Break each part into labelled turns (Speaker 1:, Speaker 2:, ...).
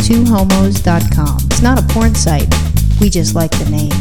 Speaker 1: twohomos.com. It's not a porn site. We just like the name.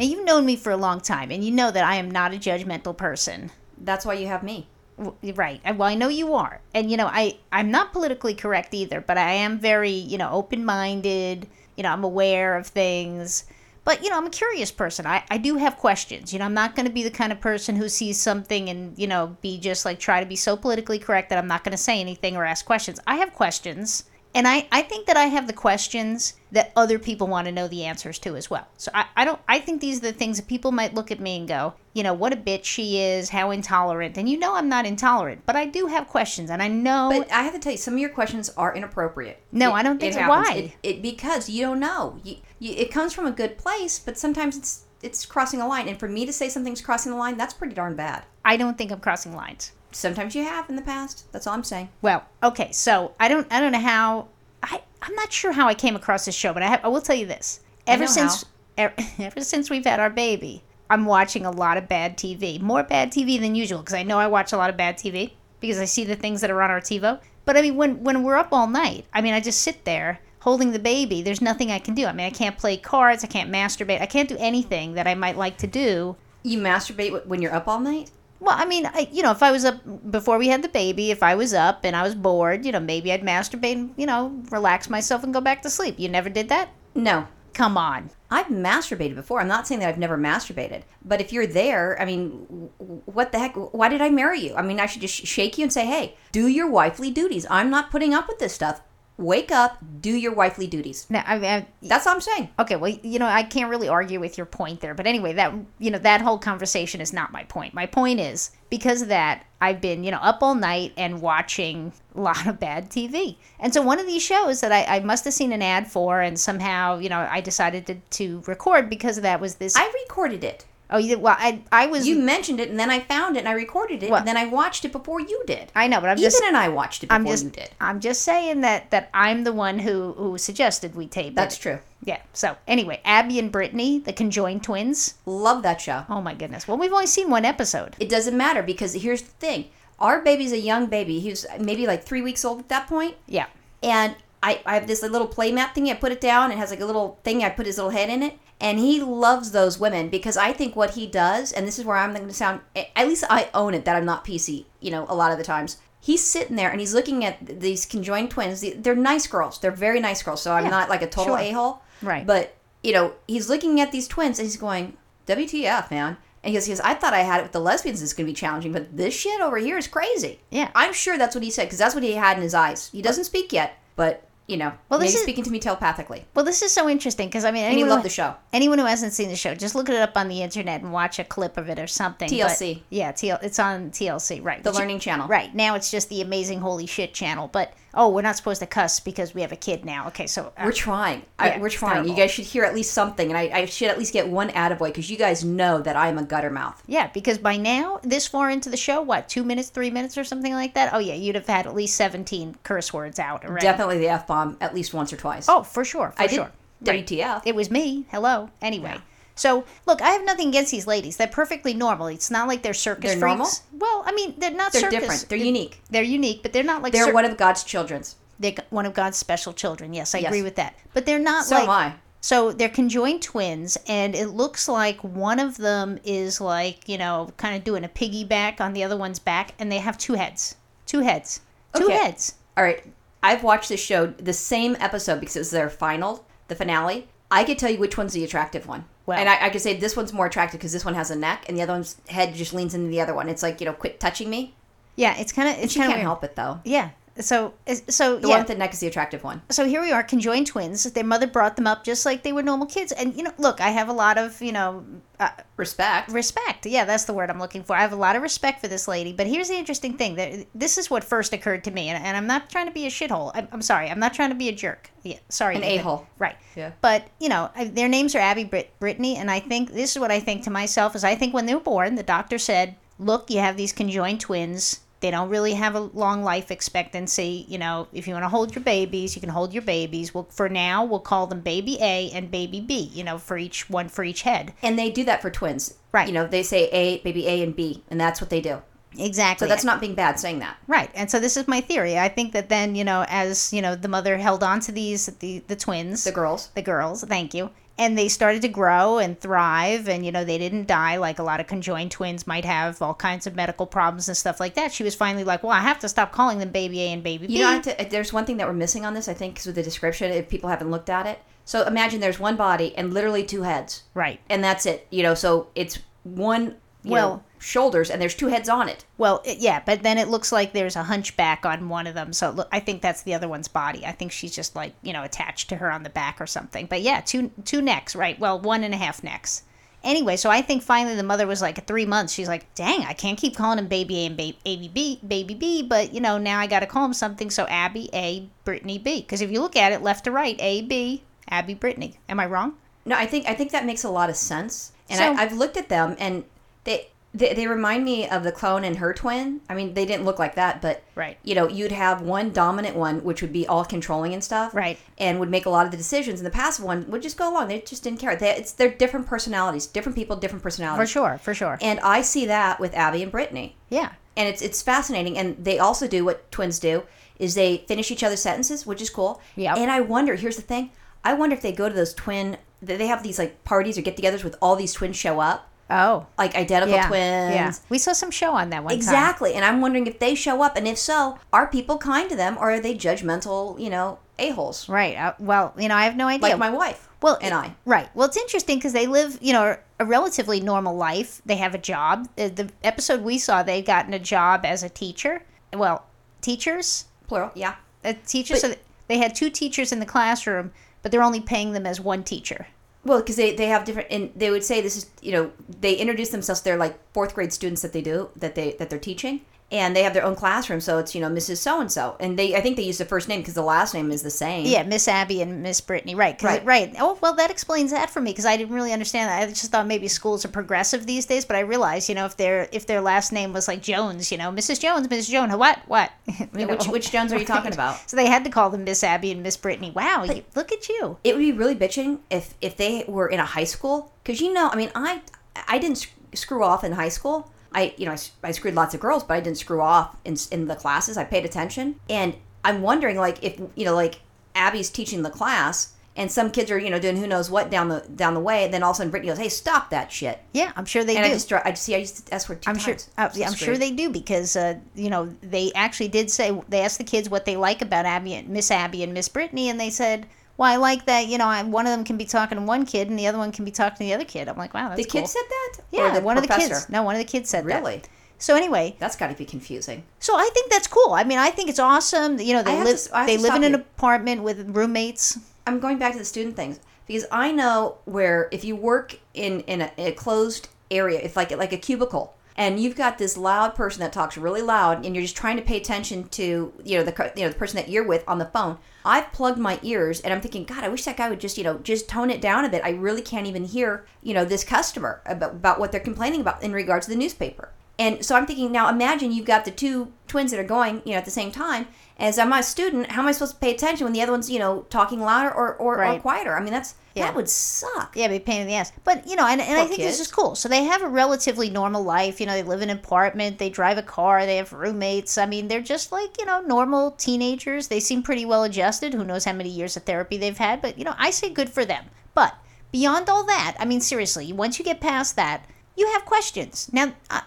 Speaker 1: Now, you've known me for a long time, and you know that I am not a judgmental person.
Speaker 2: That's why you have me.
Speaker 1: W- Right. I- Well, I know you are. And, you know, I, I'm not politically correct either, but I am very, you know, open minded. You know, I'm aware of things. But, you know, I'm a curious person. I, I do have questions. You know, I'm not going to be the kind of person who sees something and, you know, be just like try to be so politically correct that I'm not going to say anything or ask questions. I have questions. And I, I think that I have the questions that other people want to know the answers to as well. So I, I don't I think these are the things that people might look at me and go, you know, what a bitch she is, how intolerant. And you know I'm not intolerant, but I do have questions and I know
Speaker 2: But I have to tell you, some of your questions are inappropriate.
Speaker 1: No, I don't think so.
Speaker 2: happens.
Speaker 1: Why?
Speaker 2: It, it- because you don't know. You, you, it comes from a good place, but sometimes it's it's crossing a line. And for me to say something's crossing the line, that's pretty darn bad.
Speaker 1: I don't think I'm crossing lines.
Speaker 2: Sometimes you have in the past. That's all I'm saying.
Speaker 1: Well, okay, so I don't I don't know how I I'm not sure how I came across this show, but I have, I will tell you this. Ever
Speaker 2: know
Speaker 1: since ever, ever since we've had our baby, I'm watching a lot of bad TV. More bad TV than usual because I know I watch a lot of bad TV because I see the things that are on our TiVo. But I mean when when we're up all night, I mean I just sit there holding the baby. There's nothing I can do. I mean I can't play cards, I can't masturbate. I can't do anything that I might like to do
Speaker 2: You masturbate wh- when you're up all night.
Speaker 1: well, I mean, I, you know, if I was up before we had the baby, if I was up and I was bored, you know, maybe I'd masturbate and, you know, relax myself and go back to sleep. You never did that?
Speaker 2: No,
Speaker 1: Come on.
Speaker 2: I've masturbated before. I'm not saying that I've never masturbated, but if you're there, I mean, w- what the heck? Why did I marry you? I mean, I should just sh- shake you and say, "Hey, do your wifely duties. I'm not putting up with this stuff. Wake up, do your wifely duties."
Speaker 1: No, I, I,
Speaker 2: That's all I'm saying.
Speaker 1: okay, well, you know, I can't really argue with your point there. But anyway, that, you know, that whole conversation is not my point. My point is because of that, I've been, you know, up all night and watching a lot of bad TV. And so one of these shows that I, I must have seen an ad for and somehow, you know, I decided to, to record because of that was this.
Speaker 2: I recorded it.
Speaker 1: oh, you, well, I, I was.
Speaker 2: You mentioned it, and then I found it, and I recorded it,
Speaker 1: What?
Speaker 2: and then I watched it before you did.
Speaker 1: I know, but I'm
Speaker 2: Ethan
Speaker 1: just.
Speaker 2: and I watched it before
Speaker 1: I'm just
Speaker 2: you did.
Speaker 1: I'm just saying that that I'm the one who who suggested we tape.
Speaker 2: That's
Speaker 1: it.
Speaker 2: true.
Speaker 1: Yeah. So anyway, Abby and Brittany, the conjoined twins.
Speaker 2: Love that show.
Speaker 1: Oh my goodness. Well, we've only seen one episode.
Speaker 2: It doesn't matter because here's the thing: our baby's a young baby. He was maybe like three weeks old at that point.
Speaker 1: Yeah.
Speaker 2: and I, I have this little play mat thingy. I put it down. It has like a little thing. I put his little head in it. And he loves those women because I think what he does, and this is where I'm going to sound, at least I own it that I'm not PC, you know, a lot of the times. He's sitting there and he's looking at th- these conjoined twins. The- They're nice girls. They're very nice girls. So I'm
Speaker 1: Yeah,
Speaker 2: not like a total
Speaker 1: sure.
Speaker 2: a hole.
Speaker 1: Right.
Speaker 2: But, you know, he's looking at these twins and he's going, WTF, man. And he goes, he goes, I thought I had it with the lesbians. It's going to be challenging, but this shit over here is crazy.
Speaker 1: Yeah.
Speaker 2: I'm sure that's what he said because that's what he had in his eyes. He doesn't speak yet, but you know,
Speaker 1: Well,
Speaker 2: maybe
Speaker 1: this is-
Speaker 2: speaking to me telepathically.
Speaker 1: Well, this is so interesting because I mean,
Speaker 2: And he
Speaker 1: anyone
Speaker 2: loved the show.
Speaker 1: anyone who hasn't seen the show, just look it up on the internet and watch a clip of it or something. but-
Speaker 2: TLC.
Speaker 1: yeah, TL, it's on TLC, right?
Speaker 2: The
Speaker 1: But you-
Speaker 2: Learning Channel.
Speaker 1: Right. Now it's just the amazing holy shit channel. But oh, we're not supposed to cuss because we have a kid now. Okay, so uh,
Speaker 2: We're trying.
Speaker 1: Yeah,
Speaker 2: I, we're
Speaker 1: it's
Speaker 2: trying.
Speaker 1: terrible.
Speaker 2: You guys should hear at least something, and I, I should at least get one attaboy because you guys know that I am a gutter mouth.
Speaker 1: Yeah, because by now, this far into the show, what, two minutes, three minutes, or something like that? Oh, yeah, you'd have had at least 17 curse words out already.
Speaker 2: Definitely the f bomb at least once or twice.
Speaker 1: Oh, for sure, for
Speaker 2: I did.
Speaker 1: sure.
Speaker 2: WTF?
Speaker 1: It was me. Hello. Anyway. So, look, I have nothing against these ladies. They're perfectly normal. It's not like they're circus freaks.
Speaker 2: They're normal?
Speaker 1: Well, I mean, they're not
Speaker 2: They're
Speaker 1: circus.
Speaker 2: different. They're unique.
Speaker 1: They're unique, but they're not like
Speaker 2: They're
Speaker 1: cir-
Speaker 2: one of God's children's.
Speaker 1: they're one of God's special children. Yes, I
Speaker 2: Yes.
Speaker 1: agree with that. But they're not
Speaker 2: So
Speaker 1: like
Speaker 2: am I.
Speaker 1: So they're conjoined twins, and it looks like one of them is like, you know, kind of doing a piggyback on the other one's back, and they have two heads. Two heads. Two
Speaker 2: Okay.
Speaker 1: heads.
Speaker 2: All right. I've watched this show, the same episode, because it was their final, the finale. I could tell you which one's the attractive one.
Speaker 1: Wow.
Speaker 2: And I, I could say this one's more attractive because this one has a neck and the other one's head just leans into the other one. It's like, you know, quit touching me.
Speaker 1: Yeah, it's kind of it's
Speaker 2: She
Speaker 1: kind
Speaker 2: can't
Speaker 1: of weird.
Speaker 2: help it, though.
Speaker 1: Yeah. So so
Speaker 2: The
Speaker 1: yeah.
Speaker 2: one with the neck is the attractive one.
Speaker 1: so here we are, conjoined twins. Their mother brought them up just like they were normal kids, and you know, look, I have a lot of you know uh,
Speaker 2: Respect.
Speaker 1: respect. Yeah, that's the word I'm looking for. I have a lot of respect for this lady. But here's the interesting thing: that this is what first occurred to me, and, and I'm not trying to be a shithole. I'm, I'm sorry, I'm not trying to be a jerk. Yeah, sorry,
Speaker 2: An
Speaker 1: Nathan.
Speaker 2: a-hole.
Speaker 1: Right.
Speaker 2: Yeah.
Speaker 1: But you know, I, their names are Abby Brit- Brittany, and I think this is what I think to myself: is I think when they were born, the doctor said, "Look, you have these conjoined twins." They don't really have a long life expectancy. You know, if you want to hold your babies, you can hold your babies. We'll, for now, we'll call them baby A and baby B, you know, for each one for each head.
Speaker 2: And they do that for twins.
Speaker 1: Right.
Speaker 2: You know, they say A, baby A and B, and that's what they do.
Speaker 1: Exactly.
Speaker 2: So that's not being bad saying that.
Speaker 1: Right. And so this is my theory. I think that then, you know, as, you know, the mother held on to these the the twins,
Speaker 2: The girls.
Speaker 1: the girls, thank you. And they started to grow and thrive and you know, they didn't die like a lot of conjoined twins might have all kinds of medical problems and stuff like that. She was finally like, "Well, I have to stop calling them baby A and baby B."
Speaker 2: You don't have to. uh, There's one thing that we're missing on this, I think, because with the description, if people haven't looked at it. So imagine there's one body and literally two heads,
Speaker 1: right.
Speaker 2: and that's it. You know, so it's one you
Speaker 1: Well-
Speaker 2: know, shoulders, and there's two heads on it.
Speaker 1: Well, it, yeah, but then it looks like there's a hunchback on one of them. So it loo- I think that's the other one's body. I think she's just like, you know, attached to her on the back or something. But yeah, two two necks, right? Well, one and a half necks. Anyway, so I think finally the mother was like at three months. She's like, "Dang, I can't keep calling him baby A and baby, baby B, baby B." But you know, now I got to call him something. So Abby A, Brittany B. Because if you look at it left to right, A B, Abby Brittany. Am I wrong?
Speaker 2: No, I think I think that makes a lot of sense. And
Speaker 1: So-
Speaker 2: I, I've looked at them, and they, they they remind me of the clone and her twin. I mean, they didn't look like that, but
Speaker 1: Right.
Speaker 2: you know, you'd have one dominant one, which would be all controlling and stuff,
Speaker 1: Right.
Speaker 2: And would make a lot of the decisions, and the passive one would just go along. They just didn't care. They, it's they're different personalities, different people, different
Speaker 1: For
Speaker 2: personalities.
Speaker 1: sure, for sure.
Speaker 2: And I see that with Abby and Brittany,
Speaker 1: yeah.
Speaker 2: and it's it's fascinating. And they also do what twins do is they finish each other's sentences, which is cool.
Speaker 1: Yep.
Speaker 2: And I wonder. Here's the thing. I wonder if they go to those twin. They they have these like parties or get-togethers with all these twins show up,
Speaker 1: Oh.
Speaker 2: like identical
Speaker 1: Yeah.
Speaker 2: twins.
Speaker 1: Yeah. We saw some show on that one time.
Speaker 2: Exactly. And I'm wondering if they show up, and if so, are people kind to them, or are they judgmental? You know, a holes
Speaker 1: Right. Uh, well, you know, I have no idea.
Speaker 2: like my wife.
Speaker 1: well,
Speaker 2: and
Speaker 1: it-
Speaker 2: I.
Speaker 1: Right. Well, it's interesting because they live, you know, a relatively normal life. They have a job. Uh, The episode we saw, they'd gotten a job as a teacher. Well, teachers, Uh,
Speaker 2: Plural. Yeah.
Speaker 1: a teacher. so they had two teachers in the classroom, but they're only paying them as one teacher.
Speaker 2: Well, because they, they have different, and they would say this is you know they introduce themselves. They're like fourth grade students that they do that they that they're teaching, and they have their own classroom. So it's you know Mrs. So and so, and they I think they use the first name because the last name is the same.
Speaker 1: Yeah, Miss Abby and Miss Brittany. Right. 'cause it- right. Oh, well, that explains that for me because I didn't really understand that. I just thought maybe schools are progressive these days, but I realized, you know, if their if their last name was like Jones, you know, Mrs. Jones, Mrs. Jones, what, what? You
Speaker 2: I mean,
Speaker 1: know?
Speaker 2: which which Jones are you talking about?
Speaker 1: So they had to call them Miss Abby and Miss Brittany. Wow, you, look at you.
Speaker 2: It would be really bitching if if they were in a high school because you know I mean I I didn't sc- screw off in high school. I you know I, s- I screwed lots of girls, but I didn't screw off in s- in the classes. I paid attention, and I'm wondering like if you know like Abby's teaching the class. And some kids are, you know, doing who knows what down the down the way, and then all of a sudden Brittany goes, "Hey, stop that shit!"
Speaker 1: Yeah, I'm sure they
Speaker 2: And I
Speaker 1: do.
Speaker 2: just, dr- I see, I used the S word two
Speaker 1: I'm sure.
Speaker 2: times.
Speaker 1: Uh, yeah, I'm sure
Speaker 2: Screwed.
Speaker 1: they do because uh, you know they actually did say they asked the kids what they like about Abby, and Miss Abby, and Miss Brittany, and they said, "Well, I like that. You know, I, one of them can be talking to one kid, and the other one can be talking to the other kid." I'm like, "Wow, that's
Speaker 2: The kid
Speaker 1: cool."
Speaker 2: said that. Or
Speaker 1: yeah,
Speaker 2: the
Speaker 1: one of the
Speaker 2: professor?
Speaker 1: kids. No, one of the kids said that.
Speaker 2: Really?
Speaker 1: So anyway,
Speaker 2: That's got to be confusing.
Speaker 1: so I think that's cool. I mean, I think it's awesome. You know,
Speaker 2: I
Speaker 1: they
Speaker 2: have
Speaker 1: live
Speaker 2: to- I have
Speaker 1: they
Speaker 2: to
Speaker 1: live
Speaker 2: stop
Speaker 1: in an
Speaker 2: you.
Speaker 1: apartment with roommates.
Speaker 2: I'm going back to the student things because I know where if you work in in a, a closed area, if like like a cubicle, and you've got this loud person that talks really loud, and you're just trying to pay attention to you know the cur- you know the person that you're with on the phone. I've plugged my ears, and I'm thinking, God, I wish that guy would just you know just tone it down a bit. I really can't even hear you know this customer about, about what they're complaining about in regards to the newspaper. And so I'm thinking now imagine you've got the two twins that are going, you know, at the same time. As I'm a student, how am I supposed to pay attention when the other one's, you know, talking louder or, or, or
Speaker 1: Right.
Speaker 2: quieter? I mean that's
Speaker 1: Yeah.
Speaker 2: that would suck.
Speaker 1: Yeah, be a pain in the ass. But you know, and, and I
Speaker 2: Poor
Speaker 1: think this
Speaker 2: kid.
Speaker 1: is cool. So they have a relatively normal life. You know, they live in an apartment, they drive a car, they have roommates. I mean, they're just like you know normal teenagers. They seem pretty well adjusted. Who knows how many years of therapy they've had? But you know, I say good for them. But beyond all that, I mean, seriously, once you get past that, you have questions. Now, uh,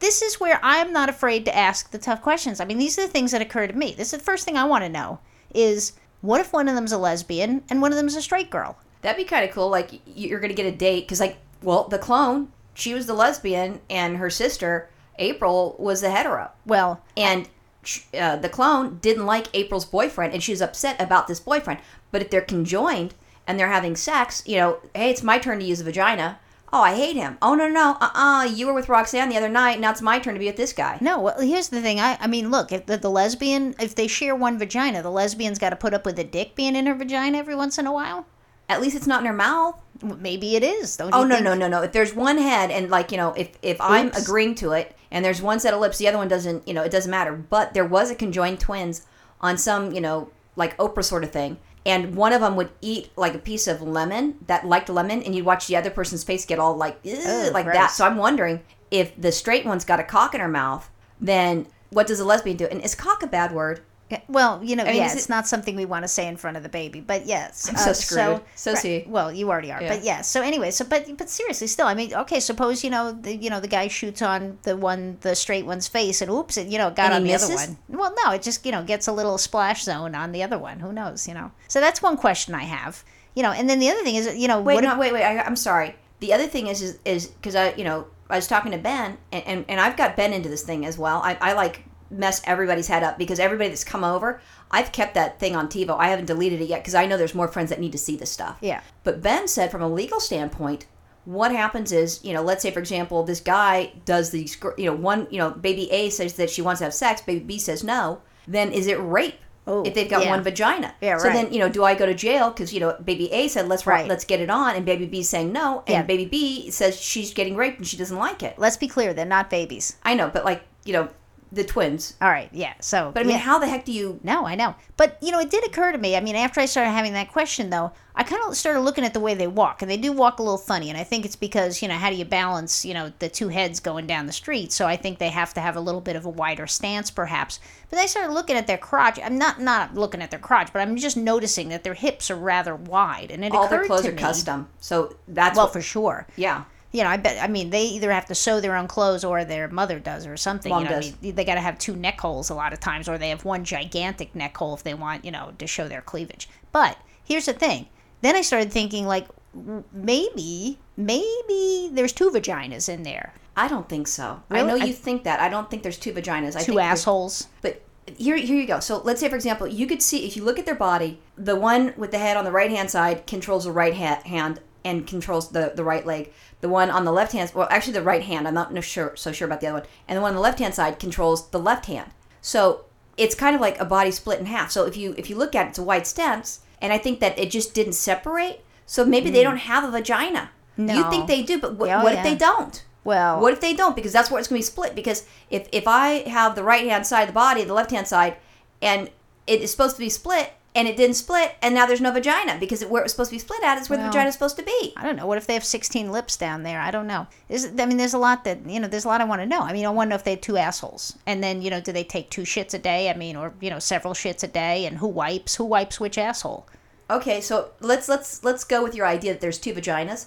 Speaker 1: this is where I'm not afraid to ask the tough questions. I mean, these are the things that occur to me. This is the first thing I want to know: is what if one of them's a lesbian and one of them's a straight girl?
Speaker 2: That'd be kind of cool. Like y- you're gonna get a date because like well the clone, she was the lesbian and her sister April was the hetero,
Speaker 1: Well,
Speaker 2: and sh- uh, the clone didn't like April's boyfriend and she was upset about this boyfriend. But if they're conjoined and they're having sex, you know, hey, it's my turn to use a vagina. Oh, I hate him. Oh no no uh uh you were with Roxanne the other night. Now it's my turn to be with this guy.
Speaker 1: No, well, here's the thing. I, I mean, look, if the, the lesbian, if they share one vagina, the lesbian's got to put up with the dick being in her vagina every once in a while.
Speaker 2: At least it's not in her mouth.
Speaker 1: W- Maybe it is. Don't
Speaker 2: Oh
Speaker 1: you
Speaker 2: no
Speaker 1: think?
Speaker 2: no no no! If there's one head and like you know, if if I'm
Speaker 1: Oops.
Speaker 2: agreeing to it, and there's one set of lips, the other one doesn't. You know, it doesn't matter. But there was a conjoined twins on some you know like Oprah sort of thing, and one of them would eat like a piece of lemon that liked lemon, and you'd watch the other person's face get all like "Ugh," like that.
Speaker 1: Oh, gross.
Speaker 2: So I'm wondering if the straight one's got a cock in her mouth, then what does a lesbian do? And is cock a bad word?
Speaker 1: Yeah, Well, you know,
Speaker 2: mean,
Speaker 1: yeah,
Speaker 2: is
Speaker 1: it's not something we want to say in front of the baby, but yes. uh,
Speaker 2: I'm so screwed. So
Speaker 1: right,
Speaker 2: see.
Speaker 1: Well, you already are,
Speaker 2: Yeah.
Speaker 1: but yes. So anyway, so but but seriously, still, I mean, okay, suppose you know the you know the guy shoots on the one the straight one's face, and oops, it you know it got
Speaker 2: And
Speaker 1: on the
Speaker 2: he
Speaker 1: other
Speaker 2: misses?
Speaker 1: one. Well, no, it just you know gets a little splash zone on the other one. Who knows, you know? So that's one question I have, you know. And then the other thing is, you know,
Speaker 2: Wait,
Speaker 1: what
Speaker 2: no, wait, wait. I, I'm sorry. The other thing is, is, is because I, you know, I was talking to Ben, and, and, and I've got Ben into this thing as well. I, I like mess everybody's head up because everybody that's come over, I've kept that thing on TiVo. I haven't deleted it yet because I know there's more friends that need to see this stuff.
Speaker 1: Yeah.
Speaker 2: But Ben said, from a legal standpoint, what happens is, you know, let's say for example, this guy does these, gr- you know, one, you know, baby A says that she wants to have sex, baby B says no. Then is it rape?
Speaker 1: Oh,
Speaker 2: if they've got
Speaker 1: yeah.
Speaker 2: one vagina,
Speaker 1: Yeah,
Speaker 2: so
Speaker 1: right.
Speaker 2: then you know, do I go to jail? Because you know, baby A said let's
Speaker 1: Right.
Speaker 2: let's get it on, and baby B's saying no, and
Speaker 1: Yeah.
Speaker 2: baby B says she's getting raped and she doesn't like it.
Speaker 1: Let's be clear, they're not babies.
Speaker 2: I know, but like you know, the twins.
Speaker 1: All right, yeah. So,
Speaker 2: But I mean,
Speaker 1: yeah.
Speaker 2: how the heck do you?
Speaker 1: No, I know. But, you know, it did occur to me. I mean, after I started having that question, though, I kind of started looking at the way they walk, and they do walk a little funny. And I think it's because, you know, how do you balance, you know, the two heads going down the street? So I think they have to have a little bit of a wider stance, perhaps. But I started looking at their crotch. I'm not not looking at their crotch, but I'm just noticing that their hips are rather wide. And it
Speaker 2: All
Speaker 1: occurred
Speaker 2: their clothes
Speaker 1: to
Speaker 2: are
Speaker 1: me,
Speaker 2: custom, so that's
Speaker 1: Well,
Speaker 2: what-
Speaker 1: for sure
Speaker 2: yeah.
Speaker 1: you know, I bet. I mean, they either have to sew their own clothes or their mother does or something.
Speaker 2: Mom
Speaker 1: you know,
Speaker 2: does.
Speaker 1: I mean, they got to have two neck holes a lot of times, or they have one gigantic neck hole if they want, you know, to show their cleavage. But here's the thing. Then I started thinking, like, w- maybe, maybe there's two vaginas in there,
Speaker 2: I don't think so. I
Speaker 1: Really?
Speaker 2: know
Speaker 1: I-
Speaker 2: you think that. I don't think there's two vaginas. I
Speaker 1: two
Speaker 2: think there's-
Speaker 1: assholes.
Speaker 2: But here, here you go. So let's say, for example, you could see if you look at their body, the one with the head on the right hand side controls the right ha- hand and controls the, the right leg. The one on the left hand, well, actually the right hand. I'm not no sure so sure about the other one. And the one on the left hand side controls the left hand. So it's kind of like a body split in half. So if you if you look at it, it's a wide stance, and I think that it just didn't separate. So maybe they don't have a vagina. You
Speaker 1: Hmm. No.
Speaker 2: think they do, but wh-
Speaker 1: Yeah, oh
Speaker 2: what
Speaker 1: yeah.
Speaker 2: if they don't?
Speaker 1: Well,
Speaker 2: What if they don't? Because that's where it's going to be split. Because if, if I have the right hand side of the body, the left hand side, and it is supposed to be split, and it didn't split, and now there's no vagina because it, where it was supposed to be split at is where
Speaker 1: Well.
Speaker 2: the vagina's supposed to be.
Speaker 1: I don't know. What if they have 16 lips down there? I don't know. Is I mean, there's a lot that you know. There's a lot I want to know. I mean, I want to know if they had two assholes, and then you know, do they take two shits a day? I mean, or you know, several shits a day, and who wipes? Who wipes which asshole?
Speaker 2: Okay, so let's let's let's go with your idea that there's two vaginas.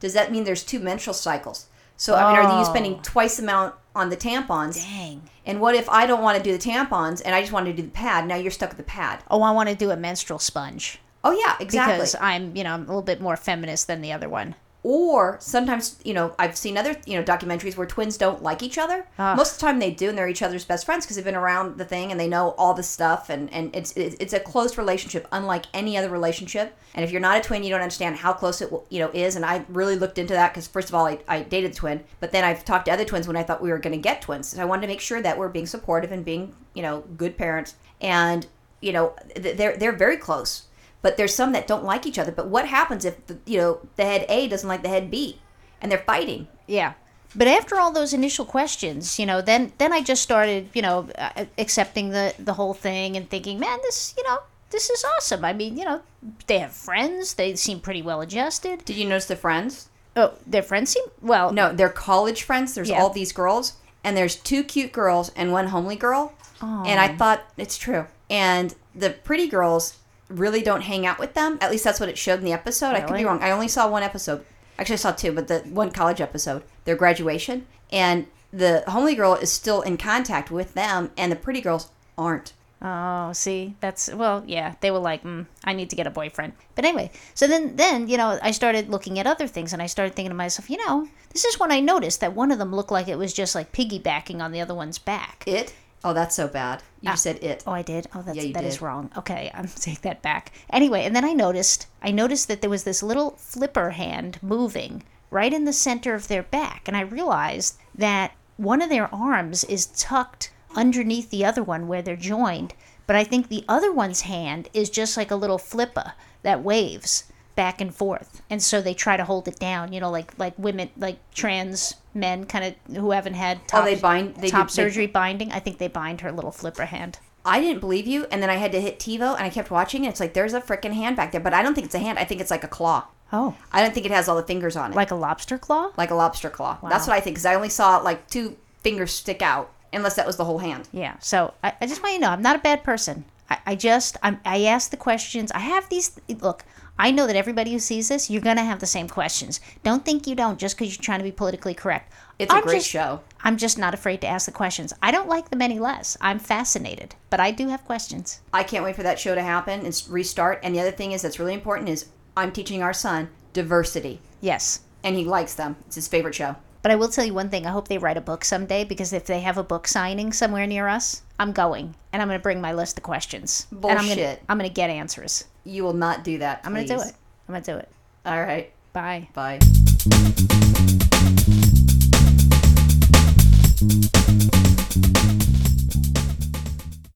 Speaker 2: Does that mean there's two menstrual cycles? So I mean, are you
Speaker 1: Oh.
Speaker 2: spending twice the amount on the tampons?
Speaker 1: Dang.
Speaker 2: And what if I don't want to do the tampons and I just want to do the pad? Now you're stuck with the pad.
Speaker 1: Oh, I want to do a menstrual sponge
Speaker 2: Oh yeah, exactly.
Speaker 1: because I'm you know I'm a little bit more feminist than the other one.
Speaker 2: or sometimes you know i've seen other you know documentaries where twins don't like each other
Speaker 1: Ah.
Speaker 2: most of the time they do and they're each other's best friends because they've been around the thing and they know all the stuff and and it's it's it's a close relationship unlike any other relationship and if you're not a twin you don't understand how close it will- you know is and i really looked into that because first of all I, I dated a twin but then i've talked to other twins when i thought we were going to get twins so i wanted to make sure that we're being supportive and being you know good parents and you know th- they're they're very close but there's some that don't like each other. But what happens if the, you know the head A doesn't like the head B, and they're fighting?
Speaker 1: Yeah. But after all those initial questions, you know, then then I just started, you know, uh, accepting the the whole thing and thinking, man, this, you know, this is awesome. I mean, you know, they have friends. They seem pretty well adjusted.
Speaker 2: Did you notice the friends?
Speaker 1: Oh, their friends seem well.
Speaker 2: No, they're college friends. There's
Speaker 1: Yeah.
Speaker 2: all these girls, and there's two cute girls and one homely girl. And I thought it's true. And the pretty girls really don't hang out with them. At least that's what it showed in the episode. I could be
Speaker 1: Really?
Speaker 2: wrong. I only saw one episode. Actually, I saw two, but the one college episode, their graduation, and the homely girl is still in contact with them, and the pretty girls aren't.
Speaker 1: Oh, see, that's well, yeah. They were like, mm, I need to get a boyfriend. But anyway, so then, then you know, I started looking at other things, and I started thinking to myself, you know, this is when I noticed that one of them looked like it was just like piggybacking on the other one's back.
Speaker 2: It? Oh, that's so bad. You just said it.
Speaker 1: Oh, I did. Oh, that's that
Speaker 2: Yeah,
Speaker 1: is
Speaker 2: you did.
Speaker 1: wrong. Okay, I'm take that back. Anyway, and then I noticed, I noticed that there was this little flipper hand moving right in the center of their back, and I realized that one of their arms is tucked underneath the other one where they're joined, but I think the other one's hand is just like a little flipper that waves back and forth, and so they try to hold it down. You know, like like women, like trans men, kind of who haven't had top,
Speaker 2: Oh, they bind. They
Speaker 1: top
Speaker 2: do, they-
Speaker 1: surgery binding. I think they bind her little flipper hand.
Speaker 2: I didn't believe you, and then I had to hit TiVo, and I kept watching, and it's like there's a freaking hand back there, but I don't think it's a hand. I think it's like a claw.
Speaker 1: Oh,
Speaker 2: I don't think it has all the fingers on it, like,
Speaker 1: like a lobster claw?
Speaker 2: a lobster claw. That's what I think, because I only saw like two fingers stick out, unless that was the whole hand.
Speaker 1: Yeah. So I, I just want you to know I'm not a bad person. I, I just I'm, I ask the questions. I have these. Look, I know that everybody who sees this, you're gonna have the same questions. Don't think you don't just because you're trying to be politically correct.
Speaker 2: It's a
Speaker 1: I'm
Speaker 2: great
Speaker 1: just-
Speaker 2: show.
Speaker 1: I'm just not afraid to ask the questions. I don't like them any less. I'm fascinated, but I do have questions.
Speaker 2: I can't wait for that show to happen and s- restart. And the other thing is that's really important is I'm teaching our son diversity,
Speaker 1: Yes.
Speaker 2: and he likes them. It's his favorite show.
Speaker 1: But I will tell you one thing. I hope they write a book someday because if they have a book signing somewhere near us, I'm going and I'm going to bring my list of questions. And I'm going
Speaker 2: Bullshit.
Speaker 1: to I'm going to get answers.
Speaker 2: You will not do that.
Speaker 1: I'm going to do it. I'm going to do it.
Speaker 2: All right.
Speaker 1: Bye.
Speaker 2: Bye.